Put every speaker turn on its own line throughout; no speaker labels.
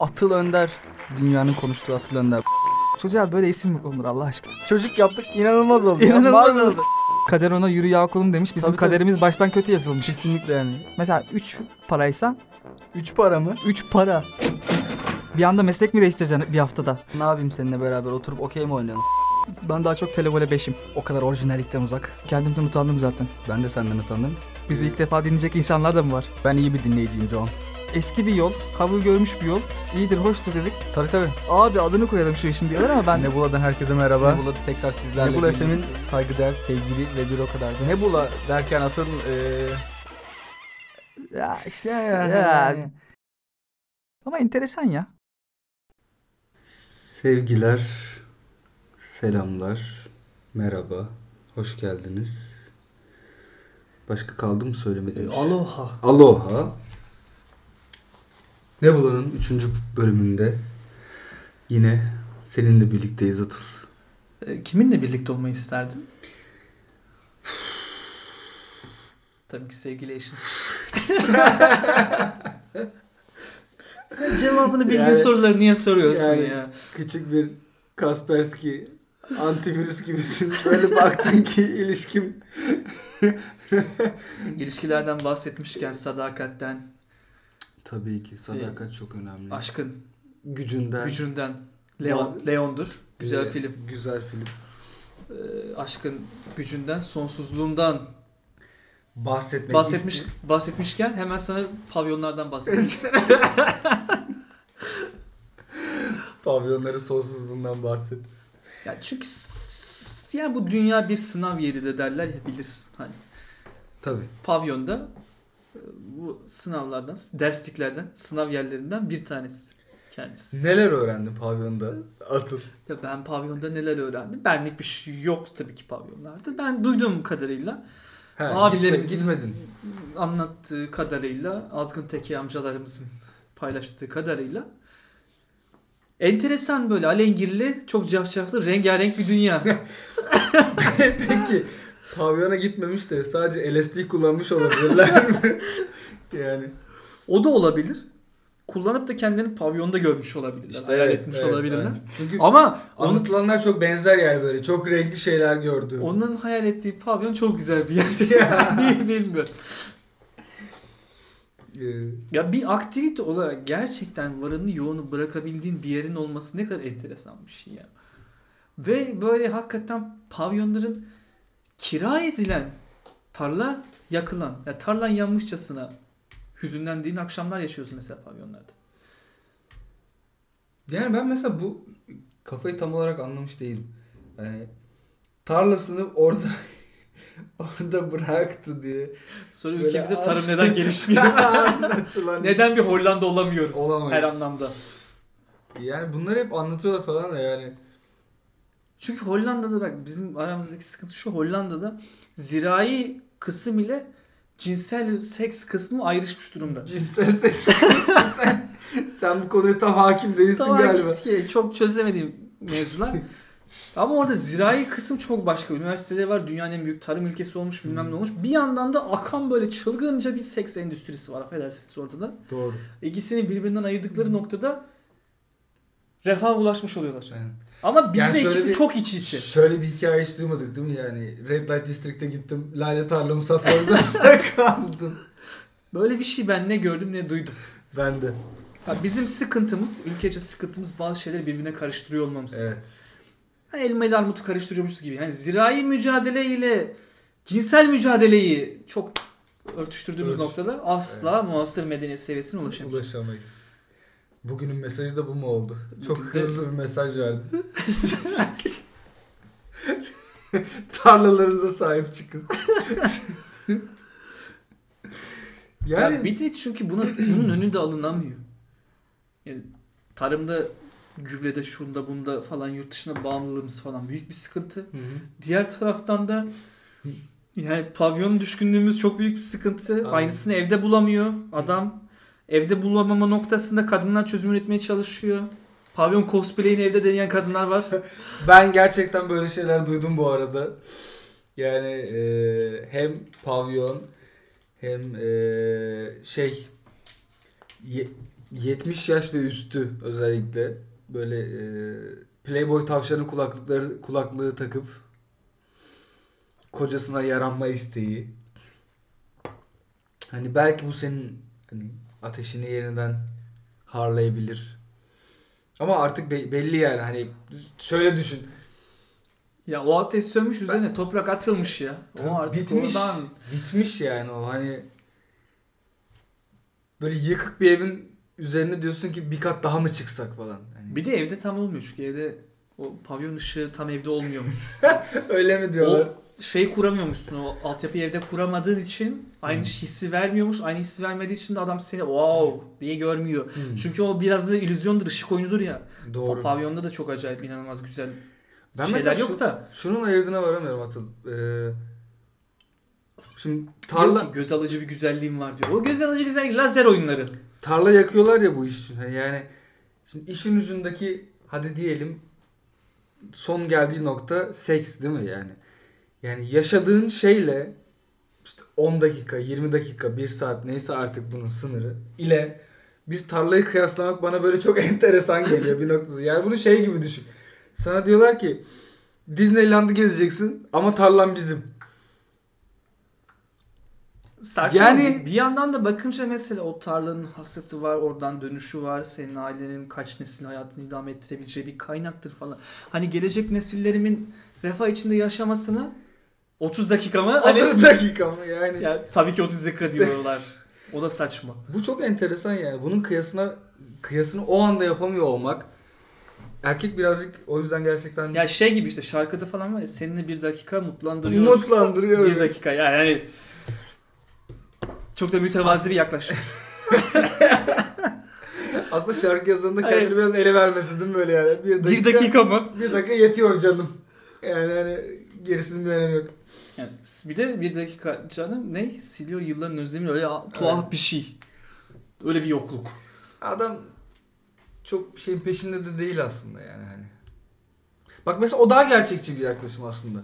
Atıl Önder. Dünyanın konuştuğu Atıl Önder.
Çocuğa böyle isim mi konulur Allah aşkına?
Çocuk yaptık inanılmaz oldu.
İnanılmaz
Mağazası-
oldu. Kader ona yürü ya okulum demiş. Bizim
Tabii, tabii.
kaderimiz baştan kötü yazılmış.
Kesinlikle yani.
Mesela 3 paraysa
Üç para mı?
3 para. Bir anda meslek mi değiştireceksin bir haftada?
Ne yapayım seninle beraber oturup okey mi oynayalım?
Ben daha çok televole 5'im.
O kadar orijinallikten uzak.
Kendimden utandım zaten.
Ben de senden utandım.
Bizi ilk defa dinleyecek insanlar da mı var?
Ben iyi bir dinleyiciyim John.
Eski bir yol, kabul görmüş bir yol. İyidir, hoştur dedik.
Tabii tabii.
Abi adını koyalım şu işin diyorlar ama ben
Nebula'dan herkese merhaba.
Nebula'da tekrar sizlerle
Nebula
birlikte-
FM'in saygıdeğer sevgili ve bir o kadar da. Nebula derken atın eee
Ya işte
işte
ya. Ama enteresan ya.
Sevgiler, selamlar, merhaba, hoş geldiniz. Başka kaldı mı söylemediğim? şey?
Aloha.
Aloha. Nebula'nın 3. bölümünde yine seninle birlikteyiz Atıl.
Ee, Kiminle birlikte olmayı isterdin? Tabii ki sevgili eşin. Cevabını bildiğin
Yani-
soruları niye soruyorsun
yani-
ya?
Küçük bir Kaspersky antivirüs gibisin. Böyle baktın ki ilişkim
İlişkilerden bahsetmişken sadakatten,
Tabii ki sadakat çok önemli.
aşkın,
gücünden.
gücünden. Leon,
Var.
Leon'dur.
Ee,
Güzel film.
Güzel film.
Ee, aşkın gücünden, sonsuzluğundan
Bahsetmek
bahsetmiş bahsetmişken hemen sana pavyonlardan bahsedeyim.
Pavyonları sonsuzluğundan bahset.
Ya çünkü s- yani bu dünya bir sınav yeri de derler ya bilirsin hani
Tabii.
pavyonda e, bu sınavlardan, dersliklerden, sınav yerlerinden bir tanesi kendisi.
Neler öğrendin pavyonda? Atıl.
Ya ben pavyonda neler öğrendim? Benlik bir şey yok tabii ki pavyonlarda. Ben duyduğum kadarıyla,
He,
Abilerimizin-
gitme- gitmedin.
anlattığı kadarıyla, Azgın Teki amcalarımızın paylaştığı kadarıyla enteresan böyle alengirli, çok cafcaflı, rengarenk bir dünya.
Peki pavyona gitmemiş de sadece LSD kullanmış olabilirler mi? yani.
O da olabilir. Kullanıp da kendilerini pavyonda görmüş olabilirler. hayal
evet,
etmiş
evet,
olabilirler.
aynen. Çünkü
Ama onun,
anlatılanlar çok benzer yani böyle. Çok renkli şeyler gördüm.
onun hayal ettiği pavyon çok güzel bir yer. Niye bilmiyorum.
Ee,
Ya bir aktivite olarak gerçekten varını yoğunu bırakabildiğin bir yerin olması ne kadar enteresan bir şey ya. Ve böyle hakikaten pavyonların kira edilen tarla yakılan ya tarlan yanmışçasına hüzünlendiğin akşamlar yaşıyorsun mesela pavyonlarda.
Yani ben mesela bu kafayı tam olarak anlamış değilim. Yani tarlasını orada orada bıraktı diye.
Sonra
Böyle
ülkemize
abi-
tarım neden gelişmiyor?
Anlatılan.
Neden bir Hollanda olamıyoruz
Olamayız.
her anlamda?
Yani bunları hep anlatıyorlar falan da yani.
Çünkü Hollanda'da bak bizim aramızdaki sıkıntı şu Hollanda'da zirai kısım ile cinsel seks kısmı ayrışmış durumda.
Cinsel seks. Sen bu konuya tam hakim değilsin
Tamam,
galiba.
ki çok çözemediğim mevzular. Ama orada zirai kısım çok başka. Üniversiteleri var. Dünyanın en büyük tarım ülkesi olmuş bilmem
Hmm.
ne olmuş. Bir yandan da akan böyle çılgınca bir seks endüstrisi var. Affedersiniz orada da.
Doğru.
İkisini birbirinden
Hmm.
ayırdıkları noktada refaha ulaşmış oluyorlar.
Yani.
Ama bizde
Yani şöyle
ikisi
bir-
çok iç içe.
Şöyle bir hikaye hiç duymadık değil mi yani? Red Light District'e gittim. Lale tarlamı satmadım kaldım.
Böyle bir şey ben ne gördüm ne duydum.
Ben de.
Ya bizim sıkıntımız, ülkece sıkıntımız bazı şeyleri birbirine karıştırıyor olmamız.
Evet.
Ha, elma ile armutu karıştırıyormuşuz gibi. Yani zirai mücadele ile cinsel mücadeleyi çok örtüştürdüğümüz
Örtüş-
noktada asla muasır medeniyet seviyesine ulaşamayacağız.
Ulaşamayız. Bugünün mesajı da bu mu oldu? Çok
Bugün de-
hızlı bir mesaj verdi. Tarlalarınıza sahip çıkın. yani
Ya bir de çünkü buna, bunun önü de alınamıyor. Yani tarımda gübrede şunda bunda falan yurt dışına bağımlılığımız falan büyük bir sıkıntı.
Hı hı.
Diğer taraftan da yani pavyon düşkünlüğümüz çok büyük bir sıkıntı.
Aynen.
Aynısını evde bulamıyor adam. Evde bulamama noktasında kadınlar çözüm üretmeye çalışıyor. Pavyon cosplay'ini evde deneyen kadınlar var.
ben gerçekten böyle şeyler duydum bu arada. Yani e, hem pavyon hem e, şey ye- 70 yaş ve üstü özellikle böyle e, Playboy tavşanı kulaklıkları kulaklığı takıp kocasına yaranma isteği. Hani belki bu senin hani ateşini yeniden harlayabilir. Ama artık be- belli yani hani şöyle düşün.
Ya o ateş sönmüş üzerine toprak atılmış ya. O artık
bitmiş.
oradan
Bitmiş yani o hani böyle yıkık bir evin üzerine diyorsun ki bir kat daha mı çıksak falan. Hani
Bir de evde tam olmuyor çünkü evde o pavyon ışığı tam evde olmuyormuş.
öyle mi diyorlar?
şey kuramıyormuşsun o altyapıyı evde kuramadığın için aynı hissi vermiyormuş. Aynı hissi vermediği için de adam seni wow diye görmüyor.
Hmm,
Çünkü o biraz da illüzyondur, ışık oyunudur ya.
Doğru.
O pavyonda da çok acayip inanılmaz güzel
ben mesela
şeyler
şu-
yok da.
şunun ayırdığına varamıyorum Atıl. Ee, şimdi tarla
Diyor ki göz alıcı bir güzelliğim var diyor. O göz alıcı güzellik lazer oyunları.
tarla yakıyorlar ya bu iş için. Hani yani şimdi işin ucundaki hadi diyelim son geldiği nokta seks değil mi yani? Yani yaşadığın şeyle işte 10 dakika, 20 dakika, 1 saat neyse artık bunun sınırı ile bir tarlayı kıyaslamak bana böyle çok enteresan geliyor bir noktada. Yani bunu şey gibi düşün. Sana diyorlar ki Disneyland'ı gezeceksin ama tarlan bizim.
Saçma.
Yani-
Yani bir yandan da bakınca mesela o tarlanın hasatı var, oradan dönüşü var. Senin ailenin kaç nesil hayatını idame ettirebileceği bir kaynaktır falan. Hani gelecek nesillerimin refah içinde yaşamasını 30 dakika mı? Hani,
30 dakika mı yani?
ya, tabii ki 30 dakika diyorlar. O da saçma.
Bu çok enteresan yani. Bunun kıyasına kıyasını o anda yapamıyor olmak. Erkek birazcık o yüzden gerçekten
Ya şey gibi işte şarkıda falan var ya seninle bir dakika mutlandırıyor.
umutlandırıyor.
Bir dakika yani hani çok da mütevazi bir yaklaşım.
Aslında şarkı yazarında kendini
Evet.
biraz ele vermesi değil mi böyle yani? Bir dakika,
bir dakika mı?
bir dakika yetiyor canım. Yani hani gerisinin bir önemi yok.
Yani bir de bir dakika canım ne siliyor yılların özlemi öyle tuhaf
Evet.
bir şey. Öyle bir yokluk.
Adam çok bir şeyin peşinde de değil aslında yani hani. Bak mesela o daha gerçekçi bir yaklaşım aslında.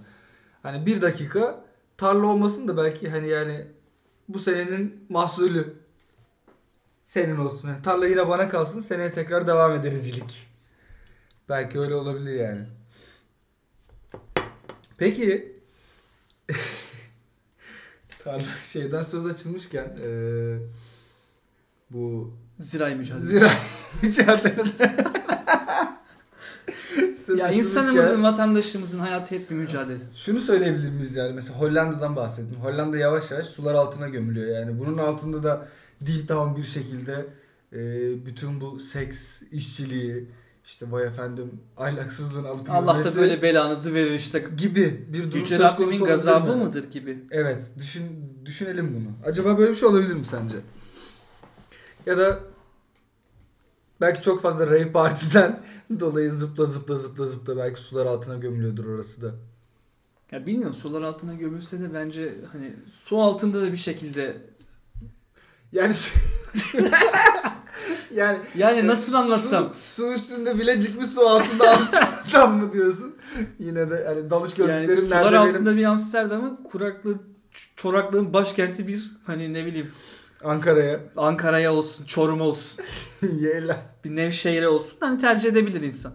Hani bir dakika tarla olmasın da belki hani yani bu senenin mahsulü senin olsun. Yani tarla yine bana kalsın seneye tekrar devam ederizcilik. Belki öyle olabilir yani. Peki tarla şeyden söz açılmışken eee, bu
Zirai mücadele.
Zira mücadelede. Söz
ya
açılmışken
insanımızın, vatandaşımızın hayatı hep bir mücadele.
Şunu söyleyebilir miyiz yani mesela Hollanda'dan bahsettim. Hollanda yavaş yavaş sular altına gömülüyor yani. Bunun altında da deep down bir şekilde e, bütün bu seks işçiliği işte vay efendim ahlaksızlığın alıp
Allah da
yürümesi
böyle belanızı verir işte.
gibi bir durum
Yüce
söz konusu
Rabbimin
olabilir
gazabı
mi?
mıdır gibi.
Evet. Düşün, düşünelim bunu. Acaba böyle bir şey olabilir mi sence? Ya da belki çok fazla rave partiden dolayı zıpla zıpla zıpla zıpla belki sular altına gömülüyordur orası da.
Ya bilmiyorum sular altına gömülse de bence hani su altında da bir şekilde
Yani şu- yani
yani nasıl anlatsam
Su, su üstünde Bilecik mi su altında Amsterdam mı diyorsun? Yine de hani dalış
yani
gözlüklerim
sular
nerede benim?
altında bir Amsterdam'ı kuraklı çoraklığın başkenti bir hani ne bileyim
Ankara'ya.
Ankara'ya olsun, Çorum olsun.
Yeğler.
bir Nevşehir'e olsun hani tercih edebilir insan.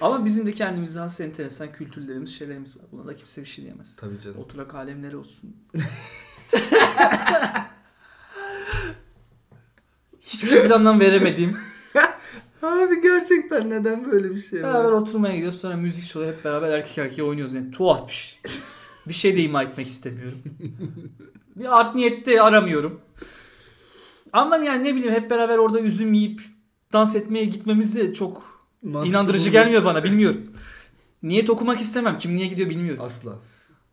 Ama bizim de kendimize has enteresan kültürlerimiz, şeylerimiz var. Buna da kimse bir şey diyemez.
Tabii canım.
Oturak alemleri olsun. Hiçbir şekilde anlam veremediğim.
Abi gerçekten neden böyle bir şey? var?
Beraber oturmaya gidiyoruz sonra müzik çalıyor hep beraber erkek erkeğe oynuyoruz yani tuhaf bir şey. bir şey de ima etmek istemiyorum. bir art niyette aramıyorum. Ama yani ne bileyim hep beraber orada üzüm yiyip dans etmeye gitmemiz de çok
Mantıklı
inandırıcı
bulmuyorsun.
gelmiyor bana bilmiyorum. Niyet okumak istemem kim niye gidiyor bilmiyorum.
Asla.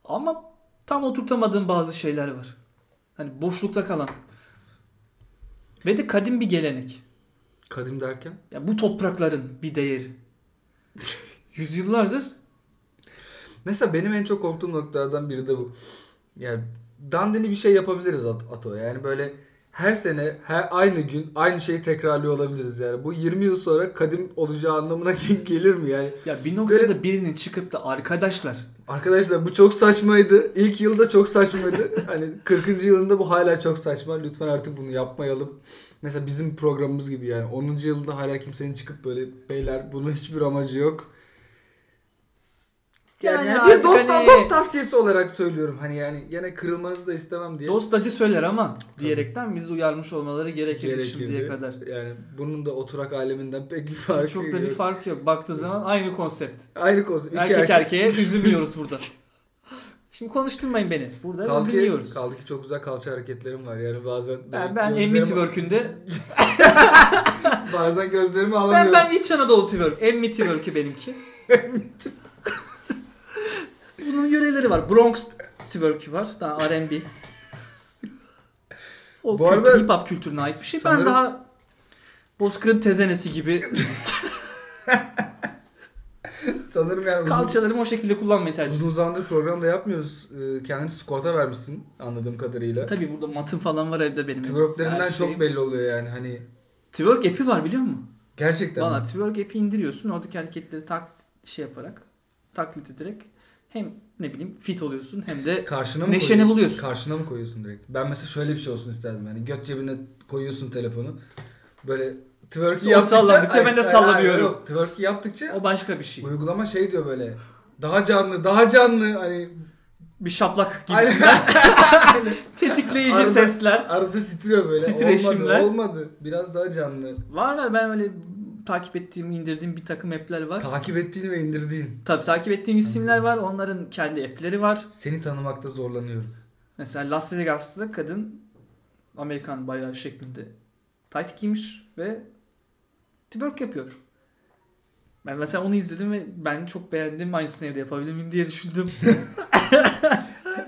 Ama tam oturtamadığım bazı şeyler var. Hani boşlukta kalan. Ve de kadim bir gelenek.
Kadim derken?
Ya bu toprakların bir değeri. Yüzyıllardır
Mesela benim en çok korktuğum noktalardan biri de bu. Yani dandini bir şey yapabiliriz At- Ato. Yani böyle her sene her aynı gün aynı şeyi tekrarlıyor olabiliriz yani. Bu 20 yıl sonra kadim olacağı anlamına gelir mi yani?
Ya bir noktada birinin çıkıp da arkadaşlar
Arkadaşlar bu çok saçmaydı. İlk yılda çok saçmaydı. hani 40. yılında bu hala çok saçma. Lütfen artık bunu yapmayalım. Mesela bizim programımız gibi yani 10. yılda hala kimsenin çıkıp böyle beyler bunun hiçbir amacı yok. Yani, yani bir
artık
dost,
hani
dost tavsiyesi olarak söylüyorum. Hani yani gene kırılmanızı da istemem diye.
dost acı söyler ama diyerekten bizi uyarmış olmaları gerekirdi,
Gerekirdi.
şimdiye kadar.
Yani bunun da oturak aleminden pek bir
Şimdi
farkı
çok da bir
yok.
fark yok. Baktığı zaman aynı konsept.
Ayrı konu. İki
Erkek erkeğe üzülmüyoruz burada. Şimdi konuşturmayın beni. Burada
Kaldı ki,
üzülmüyoruz.
kaldı ki çok güzel kalça hareketlerim var. Yani bazen
Ben, ben
gözlerimi-
emmi twerk'ünde
bazen gözlerimi alamıyorum.
ben ben İç Anadolu twerk. Emmi twerk'ü benimki. Bunun yöreleri var. Bronx twerk'ü var. Daha R&B. O
Bu
kültür,
arada
hip hop kültürüne ait bir şey.
sanırım-
Ben daha Bozkır'ın tezenesi gibi
Sanırım yani uzun-
kalçalarımı o şekilde kullanmayı tercih
Uzun
ediyorum.
zamandır programda yapmıyoruz. Ee, Kendini squat'a vermişsin anladığım kadarıyla.
Tabii burada matım falan var evde benim.
Twerklerinden
Her şey-
çok
şeyim.
belli oluyor yani hani.
Twerk app'i var biliyor musun?
Gerçekten.
Valla twerk app'i indiriyorsun. Oradaki hareketleri tak şey yaparak, taklit ederek hem ne bileyim fit oluyorsun hem de
Karşına mı
neşeni
koyuyorsun?
buluyorsun.
Karşına mı koyuyorsun direkt? Ben mesela şöyle bir şey olsun isterdim yani. Göt cebine koyuyorsun telefonu. Böyle twerk'i
O
yaptıkça.
sallandıkça ben de
ay, ay,
sallanıyorum.
Yok twerk'i yaptıkça
O başka bir şey.
uygulama şey diyor böyle. Daha canlı, daha canlı hani.
Bir şaplak gibi.
Aynen.
Tetikleyici
Arada-
sesler.
Arada titriyor böyle.
Titreşimler.
Olmadı, olmadı. Biraz daha canlı.
Var ya ben öyle takip ettiğim, indirdiğim bir takım app'ler var.
Takip ettiğin ve indirdiğin.
Tabii takip ettiğim isimler var. Onların kendi app'leri var.
Seni tanımakta zorlanıyorum.
Mesela Las Vegas'ta kadın Amerikan bayrağı şeklinde tight giymiş ve twerk yapıyor. Ben mesela onu izledim ve ben çok beğendim. Aynısını evde yapabilir miyim diye düşündüm.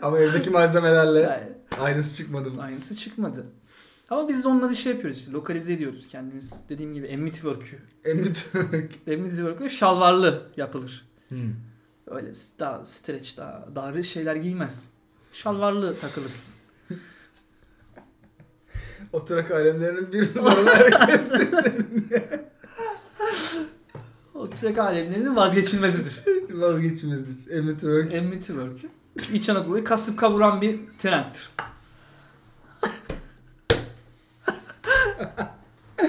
Ama evdeki malzemelerle
Yani
aynısı çıkmadı. mı?
Aynısı çıkmadı. Ama biz de onları şey yapıyoruz işte lokalize ediyoruz kendimiz. Dediğim gibi emmi twerk'ü.
Emmi Türk.
Emmi twerk'ü şalvarlı yapılır.
Hmm.
Öyle s- daha streç daha dar şeyler giymez. Şalvarlı takılırsın.
Oturak alemlerinin bir numaralı herkes.
O trek alemlerinin vazgeçilmezidir.
Vazgeçimizdir. Emmi Türk.
Emmi Twerk'ü İç Anadolu'yu kasıp kavuran bir trendtir.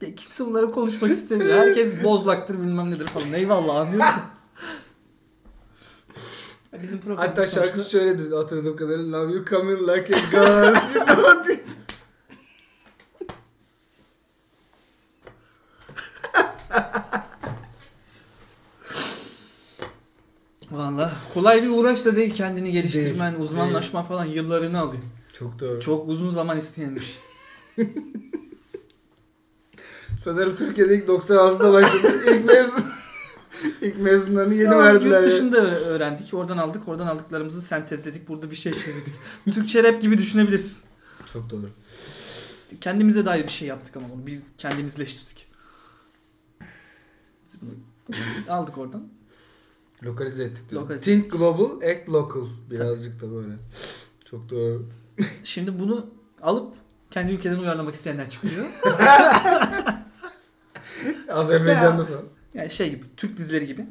Ya kimse bunlara konuşmak istemiyor. Herkes bozlaktır bilmem nedir falan. Eyvallah anlıyorum. Ya Bizim programımız
Hatta şarkısı
sonuçta-
şöyledir hatırladığım kadarıyla. Love you coming like a gun. You know this.
Vallahi kolay bir uğraş da değil kendini geliştirmen,
Değil,
uzmanlaşman falan yıllarını alıyor.
Çok doğru.
Çok uzun zaman isteyen bir şey.
Sanırım Türkiye'de ilk 96'da başladı. İlk mezun. İlk mezunlarını yeni
Sağ ol,
verdiler. ya.
Yurt dışında ö- öğrendik. Oradan aldık. Oradan aldıklarımızı sentezledik. Burada bir şey çevirdik. Türkçe rap gibi düşünebilirsin.
Çok doğru.
Kendimize dair bir şey yaptık ama bunu. Biz kendimizleştirdik. Biz bunu aldık oradan.
Lokalize ettik. diyorum.
Lokalize
Think global, act local. Birazcık da böyle. Çok doğru.
Şimdi bunu alıp kendi ülkeden uyarlamak isteyenler çıkıyor.
Azerbaycan'da falan.
Yani şey gibi. Türk dizileri gibi.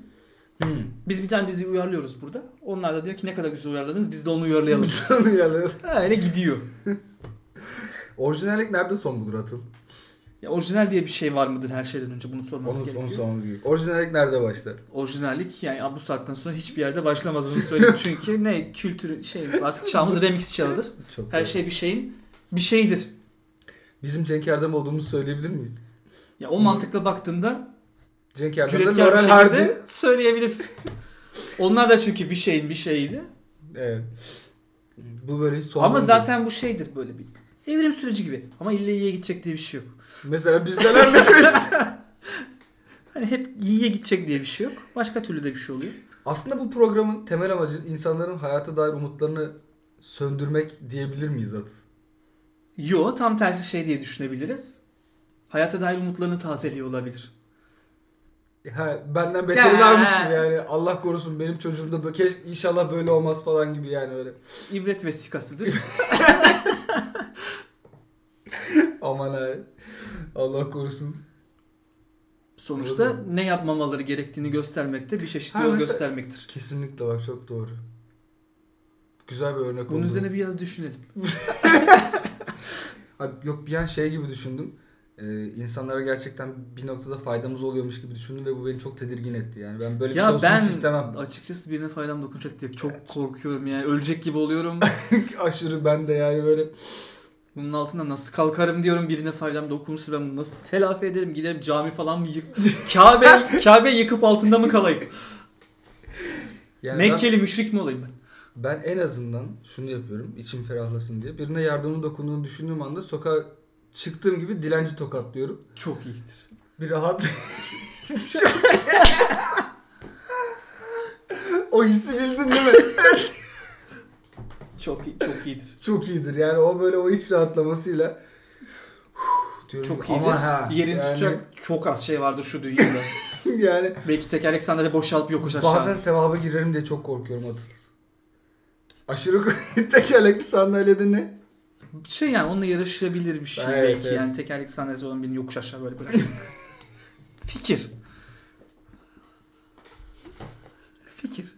Hmm.
Biz bir tane diziyi uyarlıyoruz burada. Onlar da diyor ki ne kadar güzel uyarladınız. Biz de onu uyarlayalım.
Sonu yalan.
Öyle gidiyor.
Orijinallik nerede son bulur Atıl?
Ya orijinal diye bir şey var mıdır her şeyden önce bunu sormamız
Onu,
gerekiyor.
onu sormamız gerekiyor. Orijinallik nerede başlar?
orijinallik yani bu saatten sonra hiçbir yerde başlamaz onu söyleyeyim. Çünkü ne kültürü şeyimiz artık çağımız remix çağıdır.
Çok
Her
doğru.
şey bir şeyin bir şeyidir.
Bizim Cenk Erdem olduğumuzu söyleyebilir miyiz?
Ya o mantıkla baktığında
Cenk Erdem'de
cüretkar bir
Laurel
şekilde
Hardy.
söyleyebilirsin. Onlar da çünkü bir şeyin bir şeyiydi.
Evet. Bu böyle hiç son
Ama
bulur.
zaten bu şeydir böyle bir evrim süreci gibi. Ama ille iyiye gidecek diye bir şey yok.
Mesela biz neler yapıyoruz?
Hani hep iyiye gidecek diye bir şey yok. Başka türlü de bir şey oluyor.
Aslında bu programın temel amacı insanların hayata dair umutlarını söndürmek diyebilir miyiz Atıl?
Yo tam tersi şey diye düşünebiliriz. Hayata dair umutlarını tazeliyor olabilir.
Ha, benden beterlermiş
Ya.
gibi yani. Allah korusun benim çocuğumda böyle keş- inşallah böyle olmaz falan gibi yani öyle.
İbret vesikasıdır.
Aman ha. Allah korusun.
Sonuçta
Doğru.
ne yapmamaları gerektiğini göstermekte bir çeşit
Ha,
yol
mesela-
göstermektir.
Kesinlikle bak çok doğru. Güzel bir örnek
Bunun
oldu.
üzerine bir yaz düşünelim.
Abi yok bir an şey gibi düşündüm. Ee, insanlara gerçekten bir noktada faydamız oluyormuş gibi düşündüm ve bu beni çok tedirgin etti. Yani ben böyle bir şey
ya
olsun
ben
hiç istemem.
açıkçası birine faydam dokunacak diye çok korkuyorum yani. Ölecek gibi oluyorum.
Aşırı ben de yani böyle
Bunun altında nasıl kalkarım diyorum birine faydam dokunursa ben bunu nasıl telafi ederim giderim cami falan mı yık Kabe Kabe yıkıp altında mı kalayım?
yani ben-
Mekkeli müşrik mi olayım ben?
Ben en azından şunu yapıyorum içim ferahlasın diye. Birine yardımın dokunduğunu düşündüğüm anda sokağa çıktığım gibi dilenci tokatlıyorum.
Çok iyidir.
Bir rahat. o hissi bildin değil mi?
Çok iyi, çok iyidir.
Çok iyidir yani o böyle o iç rahatlamasıyla. Huh, diyorum
Çok
ki,
iyidir.
"Aman ha."
Yerini
yani,
tutacak çok az şey vardır şu dünyada.
yani
Belki tekerlek sandalye boşalıp yokuş aşağı.
bazen sevaba girerim diye çok korkuyorum Atıl. Aşırı tekerlekli sandalyede ne?
şey yani onunla yarışabilir bir şey
Evet,
belki.
evet.
Yani tekerlek sandalyesi olan birini yokuş aşağı böyle bırak. Fikir. Fikir.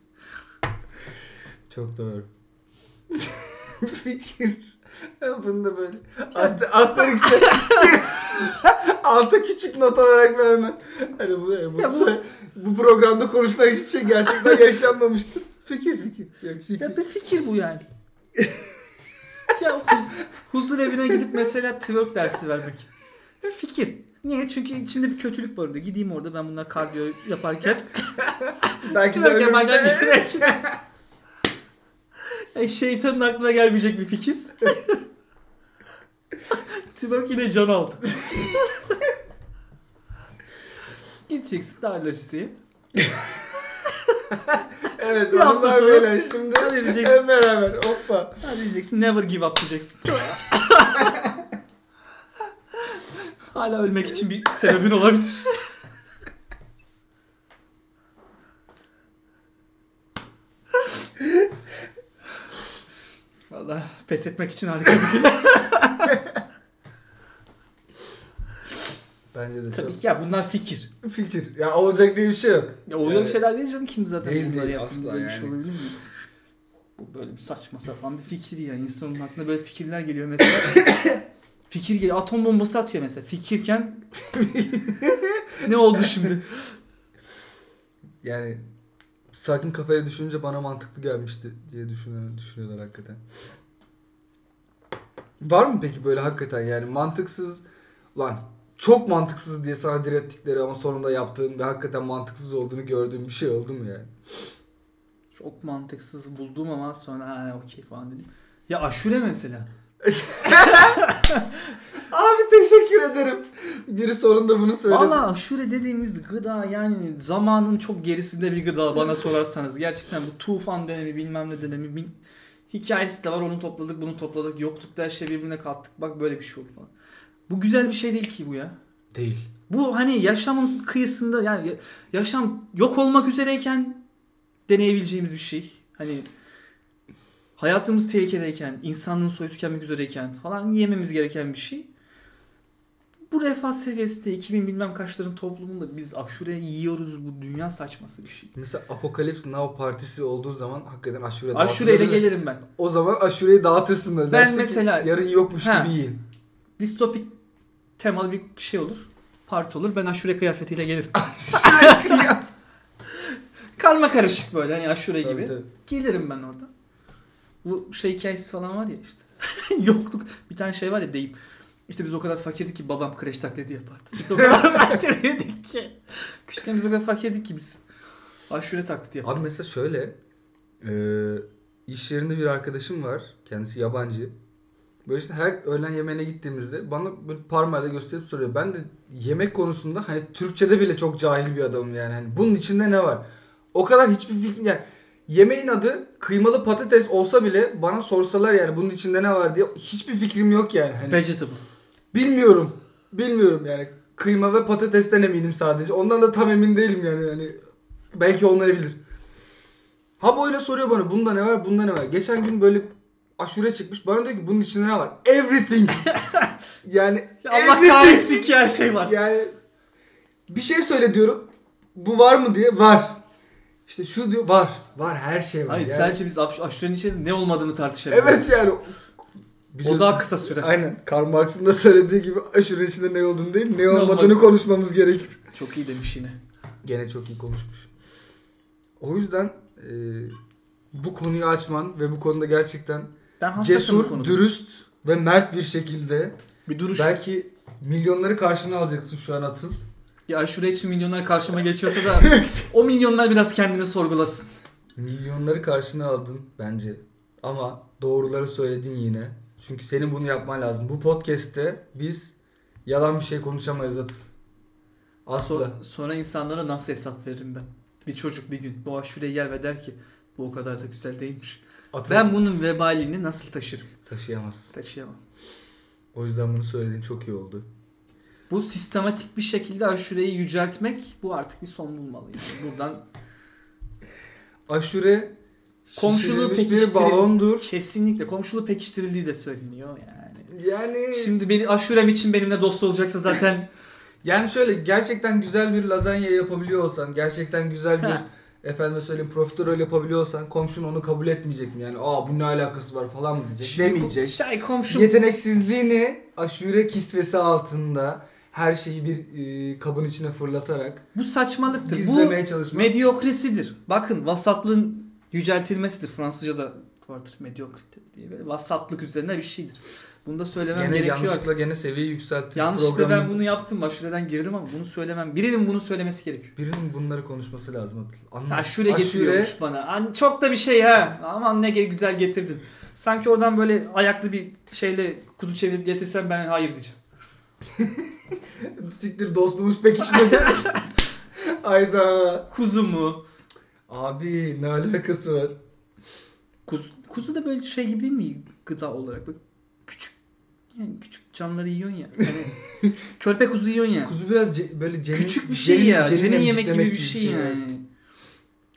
Çok doğru. Fikir. Ya Bunu da böyle Aster, Asterix'te alta küçük not olarak vermen. Hani bu, bu,
Ya bu-
bu, programda konuşulan hiçbir şey gerçekten yaşanmamıştı. Fikir fikir. Ya fikir.
Ya bir fikir bu yani. ya huz- huzur evine gidip mesela twerk dersi vermek. Fikir. Niye? Çünkü içinde bir kötülük var orada. Gideyim orada ben bunlar kardiyo yaparken
Belki de
twerk
öyle
yaparken girerek. Ya şeytanın aklına gelmeyecek bir fikir. twerk yine can aldı. Gideceksin darlacısıya.
Evet
Bir hafta
hanımlar
sonra-
beyler şimdi
Ne diyeceksin?
hep beraber hoppa.
Ha diyeceksin never give up diyeceksin. Hala ölmek için bir sebebin olabilir. Valla pes etmek için harika bir şey. gün.
Bence de
Tabii ki ya bunlar fikir.
çok. Fikir. Ya olacak diye bir şey yok.
Ya olacak
Evet.
şeyler Ee, değil canım kim zaten
Değil,
bunları
değil,
yaptı,
asla
böyle bir şey
yani.
olabilir mi? Bu böyle bir saçma sapan bir fikir ya. İnsanın aklına böyle fikirler geliyor mesela. fikir geliyor. Atom bombası atıyor mesela. Fikirken ne oldu şimdi?
Yani sakin kafayla düşününce bana mantıklı gelmişti diye düşünen, düşünüyorlar hakikaten. Var mı peki böyle hakikaten yani mantıksız lan çok mantıksız diye sana direttikleri ama sonunda yaptığın ve hakikaten mantıksız olduğunu gördüğün bir şey oldu mu yani?
Çok mantıksız buldum ama sonra ha okey falan dedim. Ya aşure mesela.
Abi teşekkür ederim. Biri sonunda bunu söyledi.
Valla aşure dediğimiz gıda yani zamanın çok gerisinde bir gıda bana sorarsanız. Gerçekten bu tufan dönemi bilmem ne dönemi bin... hikayesi de var onu topladık bunu topladık yoklukta her şey birbirine kattık bak böyle bir şey oldu falan. Bu güzel bir şey değil ki bu ya.
Değil.
Bu hani yaşamın kıyısında yani ya- yaşam yok olmak üzereyken deneyebileceğimiz bir şey. Hani hayatımız tehlikedeyken, insanlığın soyu tükenmek üzereyken falan yememiz gereken bir şey. Bu refah seviyesinde 2000 bilmem kaçların toplumunda biz aşure yiyoruz bu dünya saçması bir şey.
Mesela Apokalips Now partisi olduğu zaman hakikaten aşure dağıtılır
Aşureyle
ve
gelirim ben.
O zaman aşureyi dağıtırsın böyle.
Ben
ki
mesela-
yarın yokmuş
Ha.
gibi yiyin.
Distopik temalı bir şey olur. Parti olur. Ben aşure kıyafetiyle gelirim. Karma karışık böyle hani aşure
Tabii,
gibi.
tabii.
Gelirim ben orada. Bu şey hikayesi falan var ya işte. Yokluk. Bir tane şey var ya deyip. İşte biz o kadar fakirdik ki babam kreş taklidi yapardı. Biz o kadar fakirdik ki. Küçükken biz o kadar fakirdik ki biz. Aşure taklidi yapardık.
Abi mesela şöyle e, iş yerinde bir arkadaşım var. Kendisi yabancı. Böyle işte her öğlen yemeğine gittiğimizde bana böyle parmağıyla gösterip soruyor. Ben de yemek konusunda hani Türkçe'de bile çok cahil bir adamım yani. Hani bunun içinde ne var? O kadar hiçbir fikrim yani. Yemeğin adı kıymalı patates olsa bile bana sorsalar yani bunun içinde ne var diye hiçbir fikrim yok yani. Hani
Vegetable.
bilmiyorum. Bilmiyorum yani. kıyma ve patatesten eminim sadece. Ondan da tam emin değilim yani. yani belki olmayabilir. Ha böyle soruyor bana bunda ne var bunda ne var. Geçen gün böyle aşure çıkmış. Bana diyor ki bunun içinde ne var? Everything. yani
Ya Allah kahretsin ki her şey var.
yani bir şey söyle diyorum. Bu var mı diye. Var. İşte şu diyor var. Var her şey var.
Hayır
yani.
sadece biz aş- aşurenin içerisinde ne olmadığını tartışabiliriz.
Evet yani.
O daha kısa sürer.
Aynen. Karl Marx'ın da söylediği gibi aşurenin içinde ne olduğunu değil ne olmadığını
olmadığını.
konuşmamız gerekir.
Çok iyi demiş yine.
Gene çok iyi konuşmuş. O yüzden e, bu konuyu açman ve bu konuda gerçekten
Ben hassasım bu
cesur,
konuda.
dürüst ve mert bir şekilde
bir duruş.
belki milyonları karşına alacaksın şu an atıl.
Ya aşure için milyonlar karşıma geçiyorsa da o milyonlar biraz kendini sorgulasın.
Milyonları karşına aldın bence. Ama doğruları söyledin yine. Çünkü senin bunu yapman lazım. Bu podcast'te biz yalan bir şey konuşamayız Atıl. Asla.
So- sonra insanlara nasıl hesap veririm ben? Bir çocuk bir gün bu aşureye gel ve der ki bu o kadar da güzel değilmiş.
Atıl
Ben bunun vebalini nasıl taşırım?
taşıyamaz.
Taşıyamam.
O yüzden bunu söylediğin çok iyi oldu.
Bu sistematik bir şekilde aşureyi yüceltmek bu artık bir son bulmalı. Yani. Buradan
Aşure
Komşuluğu
şişirilmiş bir
pekiştirelim.
balondur.
kesinlikle komşulu pekiştirildiği de söyleniyor yani.
Yani
Şimdi beni aşurem için benimle dost olacaksa zaten
yani şöyle gerçekten güzel bir lazanya yapabiliyor olsan, gerçekten güzel bir efendime söyleyeyim profiterol yapabiliyor olsan komşun onu kabul etmeyecek mi? Yani aa bunun ne alakası var falan mı diyecek? Demeyecek.
Şey komşum
Yeteneksizliğini aşure kisvesi altında her şeyi bir e, kabın içine fırlatarak
bu saçmalıktır. Bu
gizlemeye çalışmak.
Mediokrasidir. Bakın vasatlığın yüceltilmesidir. Fransızca'da vardır mediokrite diye. Böyle vasatlık üzerine bir şeydir. Bunu da söylemem
Gene
gerekiyor.
yanlışlıkla
Yanlışlıkla,
gene seviyeyi yükselttik.
yanlışlıkla ben
Programımız-
bunu yaptım. Aşureden girdim ama bunu söylemem. Birinin bunu söylemesi gerekiyor.
Birinin bunları konuşması lazım. Atıl. Anlat.
Aşure getiriyormuş bana. An- çok da bir şey ha. Aman ne ge- güzel getirdin. Sanki oradan böyle ayaklı bir şeyle kuzu çevirip getirsem ben hayır diyeceğim.
Siktir dostumuz pekişmedi. Ayda.
Kuzu mu?
Abi ne alakası var?
Kuzu, kuzu da böyle şey gibi değil mi gıda olarak? Böyle küçük yani küçük canları yiyorsun ya. Hani körpe kuzu yiyorsun ya.
Kuzu biraz ce- böyle cenin,
Küçük bir şey ya. Cenin, yemek gibi
emciklemek
bir şey yani.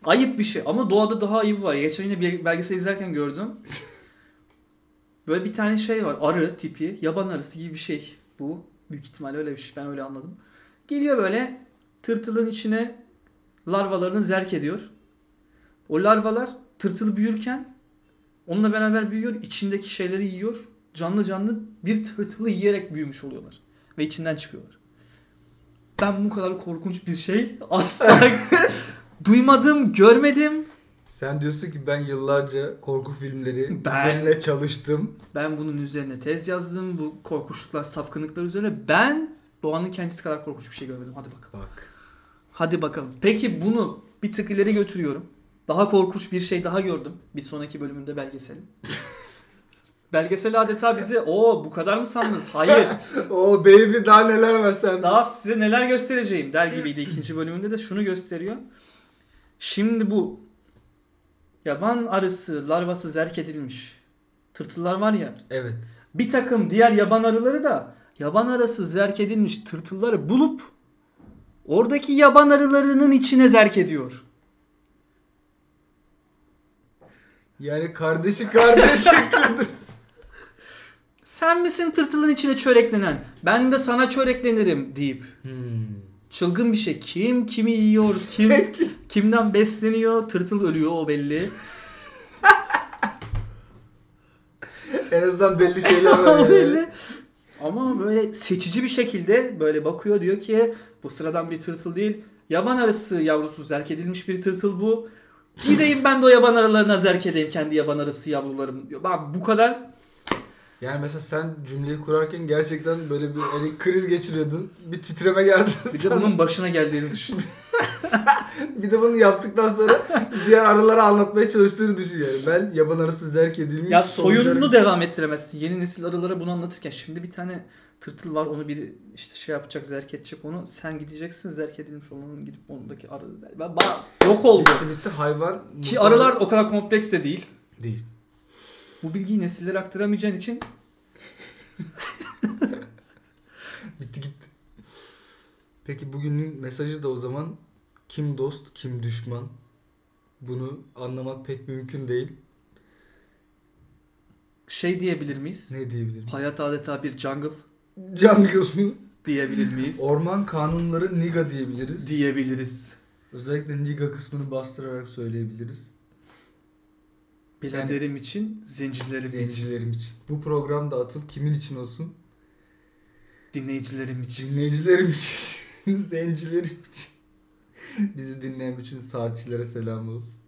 Ayıp bir şey ama doğada daha ayıbı var. Geçen yine bir belgesel izlerken gördüm. Böyle bir tane şey var. Arı tipi. Yaban arısı gibi bir şey bu. Büyük ihtimal öyle bir şey. Ben öyle anladım. Geliyor böyle tırtılın içine larvalarını zerk ediyor. O larvalar tırtılı büyürken onunla beraber büyüyor. içindeki şeyleri yiyor. Canlı canlı bir tırtılı yiyerek büyümüş oluyorlar. Ve içinden çıkıyorlar ben bu kadar korkunç bir şey asla duymadım, görmedim.
Sen diyorsun ki ben yıllarca korku filmleri
Ben-
üzerine çalıştım.
Ben bunun üzerine tez yazdım. Bu korkunçluklar, sapkınlıklar üzerine. Ben doğanın kendisi kadar korkunç bir şey görmedim. Hadi bakalım.
Bak.
Hadi bakalım. Peki bunu bir tık ileri götürüyorum. Daha korkunç bir şey daha gördüm. Bir sonraki bölümünde belgeselin. Belgesel adeta bize o bu kadar mı sandınız? Hayır.
O baby daha neler var sende.
Daha size neler göstereceğim der gibiydi ikinci bölümünde de şunu gösteriyor. Şimdi bu yaban arısı larvası zerk edilmiş. Tırtıllar var ya.
Evet.
Bir takım diğer yaban arıları da yaban arısı zerk edilmiş tırtılları bulup oradaki yaban arılarının içine zerk ediyor.
Yani kardeşi kardeşi.
Sen misin tırtılın içine çöreklenen? Ben de sana çöreklenirim deyip
hmm.
Çılgın bir şey. Kim kimi yiyor? Kim kimden besleniyor? Tırtıl ölüyor o belli.
En azından belli şeyler var.
o
yani.
belli. Ama böyle seçici bir şekilde böyle bakıyor diyor ki bu sıradan bir tırtıl değil. Yaban arısı yavrusu zerk edilmiş bir tırtıl bu. Gideyim ben de o yaban arılarına zerk edeyim kendi yaban arısı yavrularım. diyor. Bak bu kadar
Yani mesela sen cümleyi kurarken gerçekten böyle bir hani kriz geçiriyordun. Bir titreme geldi.
bir de
sana.
bunun başına geldiğini düşün.
Bir de bunu yaptıktan sonra diğer arılara anlatmaya çalıştığını düşün yani. Ben yaban arısı zerk edilmiş.
Ya
sonuçlarım-
soyununu devam ettiremezsin. Yeni nesil arılara bunu anlatırken şimdi bir tane tırtıl var onu bir işte şey yapacak zerk edecek onu sen gideceksin zerk edilmiş olanın gidip ondaki arı zerk- Ben- ben- yok oldu.
Bitti bitti hayvan.
Ki arılar o kadar kompleks de değil.
Değil.
Bu bilgiyi nesillere aktaramayacağın için
Bitti gitti. Peki bugünün mesajı da o zaman kim dost kim düşman? Bunu anlamak pek mümkün değil.
Şey diyebilir miyiz?
Ne diyebilirim?
Hayat adeta bir jungle
Jungle mı?
diyebilir miyiz?
Orman kanunları niga diyebiliriz.
diyebiliriz.
Özellikle niga kısmını bastırarak söyleyebiliriz.
Bilelerim için, zincirlerim için,
Dinleyicilerim için. Bu program da atıl kimin için olsun?
dinleyicilerim için.
Dinleyicilerim için. Zencilerim için. Bizi dinleyen bütün saatçilere selam olsun.